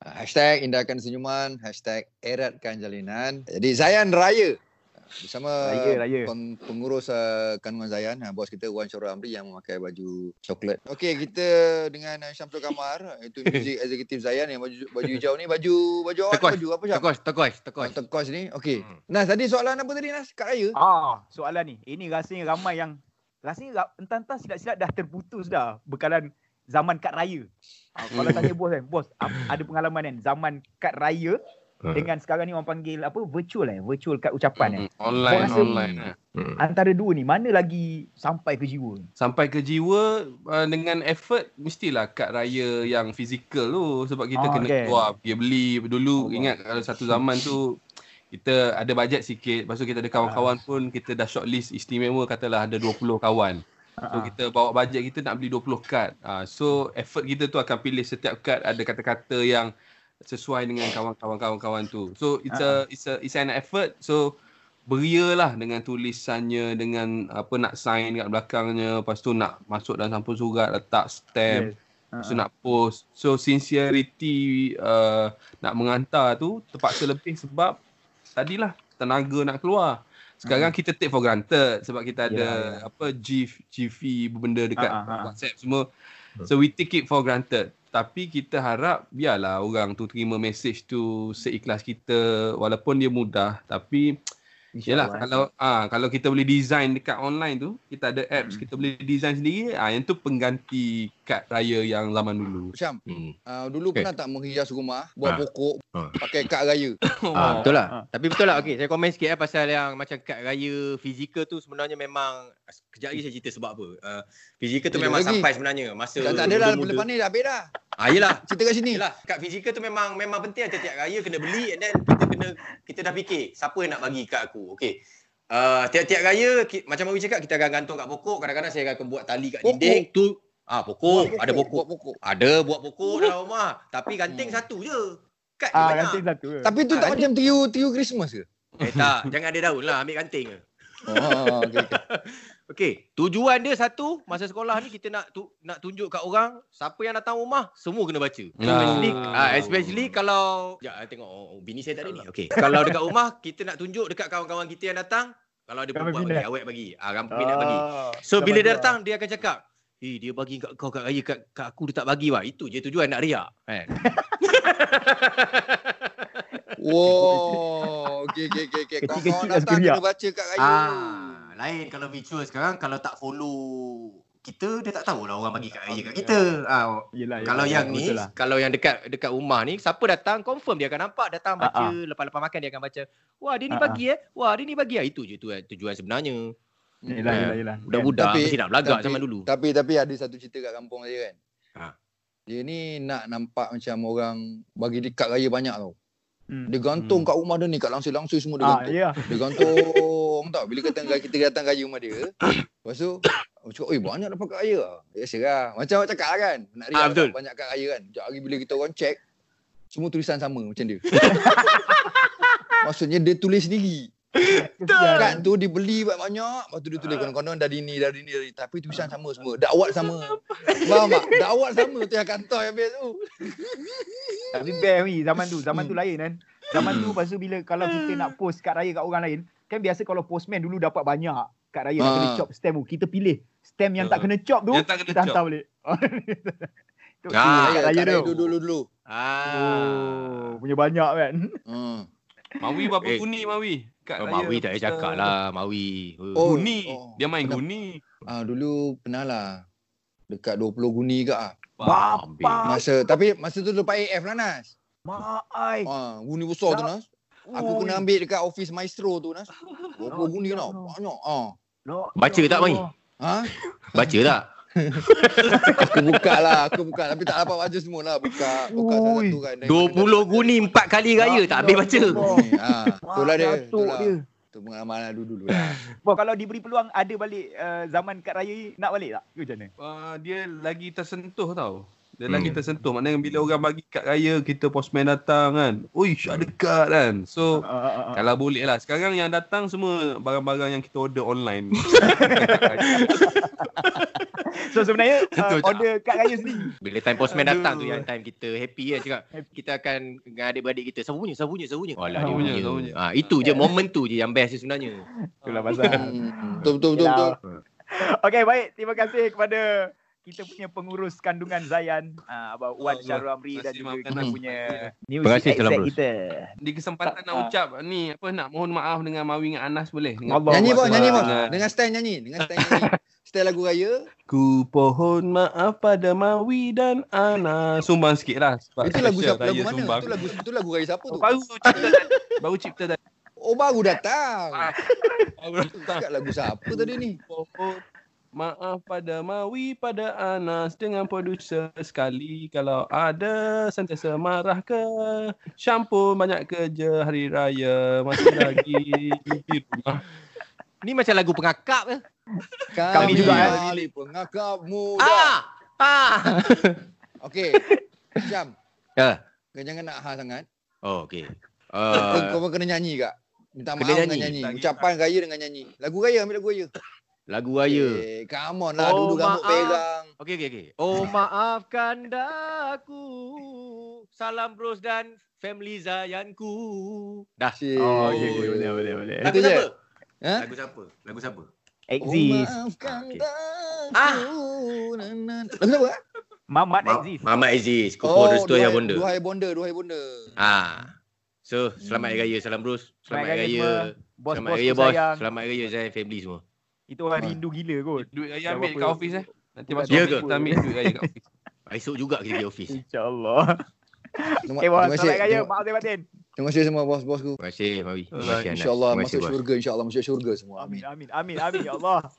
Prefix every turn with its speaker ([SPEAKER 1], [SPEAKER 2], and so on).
[SPEAKER 1] Ah, Hashtag indahkan senyuman, hashtag eratkan jalinan. Jadi Zayan Raya bersama
[SPEAKER 2] Raya, Raya.
[SPEAKER 1] Peng, pengurus uh, kandungan Zayan, uh, bos kita Wan Syura Amri yang memakai baju coklat. Okey, kita dengan uh, Syamsul Kamar, itu music executive Zayan yang baju baju hijau ni, baju baju awak ni,
[SPEAKER 3] Tekos.
[SPEAKER 1] baju apa Syam?
[SPEAKER 3] Tekos, tekos, tekos.
[SPEAKER 1] Tekos. Tekos ni. Okey.
[SPEAKER 3] Hmm.
[SPEAKER 1] Nas, tadi soalan apa tadi Nas? Kak Raya?
[SPEAKER 2] Ah, soalan ni. Ini rasanya ramai yang rasanya ra- entah-entah silap-silap dah terputus dah bekalan zaman kad raya. Ah, kalau
[SPEAKER 3] Hmm.
[SPEAKER 2] tanya bos kan, bos ap- ada pengalaman kan zaman kad raya
[SPEAKER 4] Ah.
[SPEAKER 2] dengan sekarang ni orang panggil apa virtual eh, virtual kad ucapan eh.
[SPEAKER 3] Hmm, Online,
[SPEAKER 2] Orang rasa-
[SPEAKER 3] online.
[SPEAKER 4] Hmm.
[SPEAKER 2] Antara dua ni mana lagi sampai ke jiwa?
[SPEAKER 3] Sampai ke jiwa uh, dengan effort mestilah kad raya yang fizikal tu sebab kita
[SPEAKER 2] Ah,
[SPEAKER 3] kena
[SPEAKER 2] kan.
[SPEAKER 3] keluar pergi beli dulu
[SPEAKER 2] Allah.
[SPEAKER 3] ingat kalau satu zaman tu kita ada bajet sikit lepas tu kita ada kawan-kawan
[SPEAKER 2] Ah.
[SPEAKER 3] pun kita dah shortlist istimewa katalah ada 20 kawan So
[SPEAKER 2] Ah,
[SPEAKER 3] kita bawa bajet kita nak beli 20 kad. Ah so effort kita tu akan pilih setiap kad ada kata-kata yang sesuai dengan kawan-kawan kawan-kawan tu. So it's a it's a it's an effort. So berialah dengan tulisannya dengan apa nak sign kat belakangnya, lepas tu nak masuk dalam sampul surat, letak
[SPEAKER 2] yes.
[SPEAKER 3] stamp,
[SPEAKER 2] Ah,
[SPEAKER 3] yeah. so nak post. So sincerity uh, nak menghantar tu terpaksa lebih sebab tadilah tenaga nak keluar. Sekarang kita take for granted sebab kita ada
[SPEAKER 2] Hmm. Ya,
[SPEAKER 3] yeah, yeah. apa GIF, GIF benda dekat
[SPEAKER 2] Ah, ah, ah.
[SPEAKER 3] WhatsApp semua.
[SPEAKER 2] Hmm.
[SPEAKER 3] So we take it for granted. Tapi kita harap biarlah orang tu terima message tu seikhlas kita walaupun dia mudah tapi
[SPEAKER 2] InsyaAllah.
[SPEAKER 3] yalah kalau ah kalau kita boleh design dekat online tu kita ada apps
[SPEAKER 2] Hmm.
[SPEAKER 3] kita boleh design sendiri ah yang tu pengganti kad raya yang zaman dulu.
[SPEAKER 1] Syam,
[SPEAKER 4] Hmm.
[SPEAKER 1] uh, dulu
[SPEAKER 4] Okey.
[SPEAKER 1] pernah tak menghias rumah, buat
[SPEAKER 4] Ah.
[SPEAKER 1] pokok,
[SPEAKER 4] Ah.
[SPEAKER 1] pakai kad raya?
[SPEAKER 4] Ah, betul lah.
[SPEAKER 2] Ah.
[SPEAKER 4] Tapi betul lah. Okey, saya komen sikit eh pasal yang macam kad raya fizikal tu sebenarnya memang kejap lagi saya cerita sebab apa. Uh, fizikal tu
[SPEAKER 1] Kejap
[SPEAKER 4] memang
[SPEAKER 1] lagi.
[SPEAKER 4] sampai sebenarnya masa
[SPEAKER 1] Tak, tak ada lah,
[SPEAKER 4] muda-muda.
[SPEAKER 1] lepas ni dah habis dah.
[SPEAKER 4] Ah, yelah.
[SPEAKER 1] Cerita kat sini.
[SPEAKER 4] Yelah, kad fizikal tu memang memang penting lah. tiap-tiap raya kena beli and then kita kena kita dah fikir siapa yang nak bagi kad aku. Okey. Uh, tiap-tiap raya ki, macam Mawi cakap kita akan gantung kat pokok, kadang-kadang saya akan buat tali kat
[SPEAKER 1] Pokok.
[SPEAKER 4] dinding tu. Ah,
[SPEAKER 1] Buat
[SPEAKER 4] pokok, ada pokok.
[SPEAKER 1] Buat pokok.
[SPEAKER 4] Ada buat pokok dalam rumah, tapi ganting
[SPEAKER 1] Hmm.
[SPEAKER 4] satu je. Kad ah,
[SPEAKER 2] Ah,
[SPEAKER 4] banyak.
[SPEAKER 2] ganting satu. ke?
[SPEAKER 1] Tapi tu tak macam tiu tiu Christmas ke?
[SPEAKER 4] Eh tak, jangan ada daun lah, ambil ganting je.
[SPEAKER 1] Oh, okey. okey.
[SPEAKER 4] Okey, tujuan dia satu, masa sekolah ni kita nak tu, nak tunjuk kat orang siapa yang datang rumah semua kena baca. Especially ah. especially kalau ya tengok oh, oh, bini saya tak ada ni. Okey. kalau dekat rumah kita nak tunjuk dekat kawan-kawan kita yang datang, kalau ada
[SPEAKER 2] Ramai
[SPEAKER 4] perempuan bagi,
[SPEAKER 2] minat.
[SPEAKER 4] awet bagi. Ah ramai minat bagi.
[SPEAKER 2] Ah,
[SPEAKER 4] So
[SPEAKER 2] dah
[SPEAKER 4] bila
[SPEAKER 2] bagi
[SPEAKER 4] dia
[SPEAKER 2] lah.
[SPEAKER 4] datang dia akan cakap, "Eh dia bagi kat kau kat raya kat, kat aku dia tak bagi wah." Itu je tujuan nak riak. Kan.
[SPEAKER 1] Wow. Okey okey okey okey.
[SPEAKER 2] Kecil-kecil
[SPEAKER 1] Kawan-kawan
[SPEAKER 2] dah
[SPEAKER 1] datang
[SPEAKER 2] segeriak.
[SPEAKER 1] kena baca kat raya.
[SPEAKER 4] Ah, lain kalau virtual sekarang kalau tak follow kita dia tak tahulah orang bagi kat raya kat kita. Ah
[SPEAKER 2] Yelah, yelah,
[SPEAKER 4] Kalau yang ni,
[SPEAKER 2] betul lah.
[SPEAKER 4] kalau yang dekat dekat rumah ni, siapa datang confirm dia akan nampak, datang baca,
[SPEAKER 2] Ah,
[SPEAKER 4] lepas-lepas makan dia akan baca. Wah, dia ni
[SPEAKER 2] Ah, ah. Hmm.
[SPEAKER 4] bagi eh. Wah, dia ni bagi eh. Itu je tujuan, tujuan sebenarnya. hmm.
[SPEAKER 2] Yelah, yelah, yelah.
[SPEAKER 4] Budak-budak
[SPEAKER 1] Tapi-
[SPEAKER 4] mesti nak belagak
[SPEAKER 1] Hmm. tapi-
[SPEAKER 4] zaman dulu.
[SPEAKER 1] Tapi tapi ada satu cerita kat kampung saya kan.
[SPEAKER 4] Ha.
[SPEAKER 1] Dia ni nak nampak macam orang bagi dia kad raya banyak tau.
[SPEAKER 2] Hmm.
[SPEAKER 1] Dia gantung
[SPEAKER 3] Hmm.
[SPEAKER 1] kat rumah dia ni, kat langsir-langsir semua dia
[SPEAKER 2] Ah,
[SPEAKER 1] gantung.
[SPEAKER 2] ya.
[SPEAKER 1] Dia gantung tau. Bila kita datang, kita datang raya rumah dia. Lepas tu, aku cakap, oi banyak dapat kat raya. lah." Biasa lah. Macam awak cakap lah kan. Nak riak
[SPEAKER 4] Ah, betul.
[SPEAKER 1] dapat banyak kat raya kan. Sekejap hari bila kita orang check, semua tulisan sama macam dia. Maksudnya dia tulis sendiri.
[SPEAKER 2] Ya.
[SPEAKER 1] Kad tu dibeli banyak-banyak, lepas tu dia tulis konon-konon dari ni, dari ni, dari ni. Tapi tulisan sama semua. Dakwat sama. Faham tak? Dakwat sama tu yang kantor yang habis tu.
[SPEAKER 2] Tapi best ni zaman tu, zaman tu
[SPEAKER 1] Hmm.
[SPEAKER 2] lain kan. Zaman tu pasal bila kalau kita nak post kad raya kat orang lain, kan biasa kalau postman dulu dapat banyak kad raya nak kena
[SPEAKER 1] Ah.
[SPEAKER 2] chop stamp tu. Kita pilih stamp yang
[SPEAKER 3] Ah.
[SPEAKER 2] tak kena chop tu,
[SPEAKER 3] Yang tak kena
[SPEAKER 2] kita hantar
[SPEAKER 3] chop.
[SPEAKER 2] balik. tu
[SPEAKER 4] Ah,
[SPEAKER 2] ah,
[SPEAKER 1] Raya,
[SPEAKER 2] kad raya
[SPEAKER 1] kad raya
[SPEAKER 2] tu.
[SPEAKER 1] dulu-dulu.
[SPEAKER 4] Ah.
[SPEAKER 2] Oh, punya banyak kan.
[SPEAKER 1] Hmm.
[SPEAKER 3] Mawi berapa
[SPEAKER 4] Eh.
[SPEAKER 3] guni Mawi? Kat
[SPEAKER 4] Oh,
[SPEAKER 3] raya
[SPEAKER 4] Mawi tak payah
[SPEAKER 3] kita-
[SPEAKER 4] cakap lah, Mawi.
[SPEAKER 1] Oh,
[SPEAKER 3] Guni.
[SPEAKER 1] oh.
[SPEAKER 3] Dia main
[SPEAKER 1] Kenapa?
[SPEAKER 3] guni.
[SPEAKER 1] Ah dulu pernah lah. Dekat 20 guni ke ah.
[SPEAKER 2] Bapak,
[SPEAKER 1] Masa tapi masa tu lepas AF lah Nas.
[SPEAKER 2] mak ai.
[SPEAKER 1] Ah guni besar tu
[SPEAKER 2] Tak.
[SPEAKER 1] Nas. Aku kena ambil dekat office maestro tu Nas. 20 guni tau.
[SPEAKER 2] Allah.
[SPEAKER 1] Banyak ah.
[SPEAKER 4] Baca tak, Mai?
[SPEAKER 1] Ha?
[SPEAKER 4] Baca lah. tak?
[SPEAKER 1] Aku buka lah, aku buka tapi tak dapat baca semua lah. Buka, buka
[SPEAKER 2] Ui.
[SPEAKER 1] satu kan.
[SPEAKER 4] 20 guni 4 kali raya tak habis baca.
[SPEAKER 1] Ha, itulah dia. Itulah.
[SPEAKER 2] dia.
[SPEAKER 1] Tu pengalaman lah dulu-dulu lah.
[SPEAKER 2] Bo, kalau diberi peluang ada balik uh, zaman kad raya ni, nak balik tak? Ke macam mana?
[SPEAKER 3] Uh, dia lagi tersentuh tau. Dia
[SPEAKER 4] Hmm.
[SPEAKER 3] lagi tersentuh. Maknanya bila orang bagi kad raya, kita postman datang kan. Uish, ada kad kan. So,
[SPEAKER 2] Ah, ah, ah.
[SPEAKER 3] kalau boleh lah. Sekarang yang datang semua barang-barang yang kita order online.
[SPEAKER 2] So sebenarnya uh,
[SPEAKER 4] Betul tak?
[SPEAKER 2] order kat raya sendiri.
[SPEAKER 4] Bila time postman datang tu
[SPEAKER 3] Aduh.
[SPEAKER 4] yang time kita happy lah cakap kita akan dengan adik-beradik kita sabu punya sabu punya sabu punya. Alah dia
[SPEAKER 3] Sabu punya,
[SPEAKER 4] punya.
[SPEAKER 3] sabu punya.
[SPEAKER 4] Ah itu je moment tu je yang best je sebenarnya.
[SPEAKER 2] Itulah pasal.
[SPEAKER 1] Hmm, Betul betul betul. betul.
[SPEAKER 2] Okey baik, terima kasih kepada kita punya pengurus kandungan Zayan, uh, Abang Wan
[SPEAKER 3] Allah,
[SPEAKER 2] Syarul Amri dan
[SPEAKER 3] terima
[SPEAKER 2] juga
[SPEAKER 3] kasih,
[SPEAKER 2] kita
[SPEAKER 1] Abang.
[SPEAKER 2] punya
[SPEAKER 4] Terima kasih,
[SPEAKER 2] music
[SPEAKER 4] Tuan
[SPEAKER 2] exec
[SPEAKER 4] Bruce.
[SPEAKER 2] kita.
[SPEAKER 3] Di kesempatan
[SPEAKER 2] Tak,
[SPEAKER 3] nak
[SPEAKER 2] ah.
[SPEAKER 3] ucap ni apa nak mohon maaf dengan Mawi dengan Anas boleh. Dengan
[SPEAKER 2] Allah
[SPEAKER 1] Nyanyi
[SPEAKER 2] Akbar.
[SPEAKER 1] bos, nyanyi bos.
[SPEAKER 3] Dengan-
[SPEAKER 1] Dengan style nyanyi, dengan style nyanyi. Style lagu raya.
[SPEAKER 3] Ku pohon maaf pada Mawi dan Anas. Sumbang sikit lah. Sebab
[SPEAKER 1] Itu lagu
[SPEAKER 3] special
[SPEAKER 1] siapa? Lagu
[SPEAKER 3] raya
[SPEAKER 1] mana?
[SPEAKER 3] sumbang.
[SPEAKER 1] Itu lagu itu lagu raya siapa tu?
[SPEAKER 3] Baru cipta tadi. Baru cipta tadi.
[SPEAKER 1] Oh baru datang.
[SPEAKER 3] Baru datang.
[SPEAKER 1] Cakap lagu siapa tadi ni?
[SPEAKER 3] Pohon Maaf pada Mawi, pada Anas Dengan produser sekali Kalau ada sentiasa marah ke Syampun banyak kerja hari raya Masih lagi di rumah
[SPEAKER 4] Ni macam lagu pengakap ke?
[SPEAKER 1] Kami,
[SPEAKER 2] juga, eh.
[SPEAKER 1] kali pengakap muda.
[SPEAKER 4] Ah. Ah.
[SPEAKER 1] Okey. Syam.
[SPEAKER 4] Ya.
[SPEAKER 1] Kau jangan nak ha sangat.
[SPEAKER 4] Oh okey.
[SPEAKER 1] Kau,
[SPEAKER 4] Uh,
[SPEAKER 1] kau pun kena nyanyi kak. Minta maaf
[SPEAKER 4] Kena
[SPEAKER 1] dengan
[SPEAKER 4] nyanyi.
[SPEAKER 1] nyanyi. Ucapan raya dengan nyanyi. Lagu raya, ambil lagu raya.
[SPEAKER 4] lagu raya.
[SPEAKER 1] Eh, come on lah.
[SPEAKER 4] Oh,
[SPEAKER 1] Duduk rambut
[SPEAKER 4] maaf.
[SPEAKER 1] perang.
[SPEAKER 4] Okey okey okey. Oh maafkan daku. Salam bros dan family Zayanku. Dah.
[SPEAKER 1] Cik.
[SPEAKER 2] Oh,
[SPEAKER 4] okey,
[SPEAKER 2] okey,
[SPEAKER 4] okey,
[SPEAKER 2] boleh,
[SPEAKER 4] boleh,
[SPEAKER 2] boleh, boleh.
[SPEAKER 4] Lagu
[SPEAKER 1] Itu je.
[SPEAKER 4] siapa?
[SPEAKER 1] Ha?
[SPEAKER 4] Lagu siapa? Lagu siapa?
[SPEAKER 2] Exist.
[SPEAKER 1] Oh, maafkan
[SPEAKER 4] Okey.
[SPEAKER 1] ah. Lagu apa? Kak?
[SPEAKER 2] Mamat
[SPEAKER 4] Ma-
[SPEAKER 2] Exist.
[SPEAKER 4] Mama Aziz, Kupo oh, Restu Ayah
[SPEAKER 1] Duhai-
[SPEAKER 4] Bonda.
[SPEAKER 1] Duhai bonda, duhai bonda.
[SPEAKER 4] Ah. So, selamat hari raya, salam bros. Selamat
[SPEAKER 2] Hari
[SPEAKER 4] hari raya.
[SPEAKER 2] Raya Bos-bos
[SPEAKER 4] Selamat hari raya,
[SPEAKER 2] ku
[SPEAKER 4] bos.
[SPEAKER 2] sayang.
[SPEAKER 4] Selamat hari raya, Zayan family semua.
[SPEAKER 2] Itu orang rindu gila kot.
[SPEAKER 3] Duit raya
[SPEAKER 2] Dah
[SPEAKER 3] ambil kat
[SPEAKER 2] berapa-
[SPEAKER 3] office eh Nanti
[SPEAKER 2] Ya
[SPEAKER 3] masuk
[SPEAKER 4] ke?
[SPEAKER 3] office, kita ambil duit raya kat office
[SPEAKER 4] Esok juga kita pergi office.
[SPEAKER 2] InsyaAllah.
[SPEAKER 1] Terima,
[SPEAKER 2] Eh, bos.
[SPEAKER 1] terima kasih.
[SPEAKER 2] Selamat Raya.
[SPEAKER 1] Terima,
[SPEAKER 2] Maaf saya batin.
[SPEAKER 1] terima kasih semua bos-bosku.
[SPEAKER 4] Terima kasih, Mawi. Terima
[SPEAKER 3] Alright,
[SPEAKER 4] kasih, Anas.
[SPEAKER 1] InsyaAllah
[SPEAKER 4] Terima kasih,
[SPEAKER 1] masuk
[SPEAKER 4] bos.
[SPEAKER 1] syurga. InsyaAllah masuk syurga semua. Amin.
[SPEAKER 2] Amin, amin, amin, amin. Ya Allah.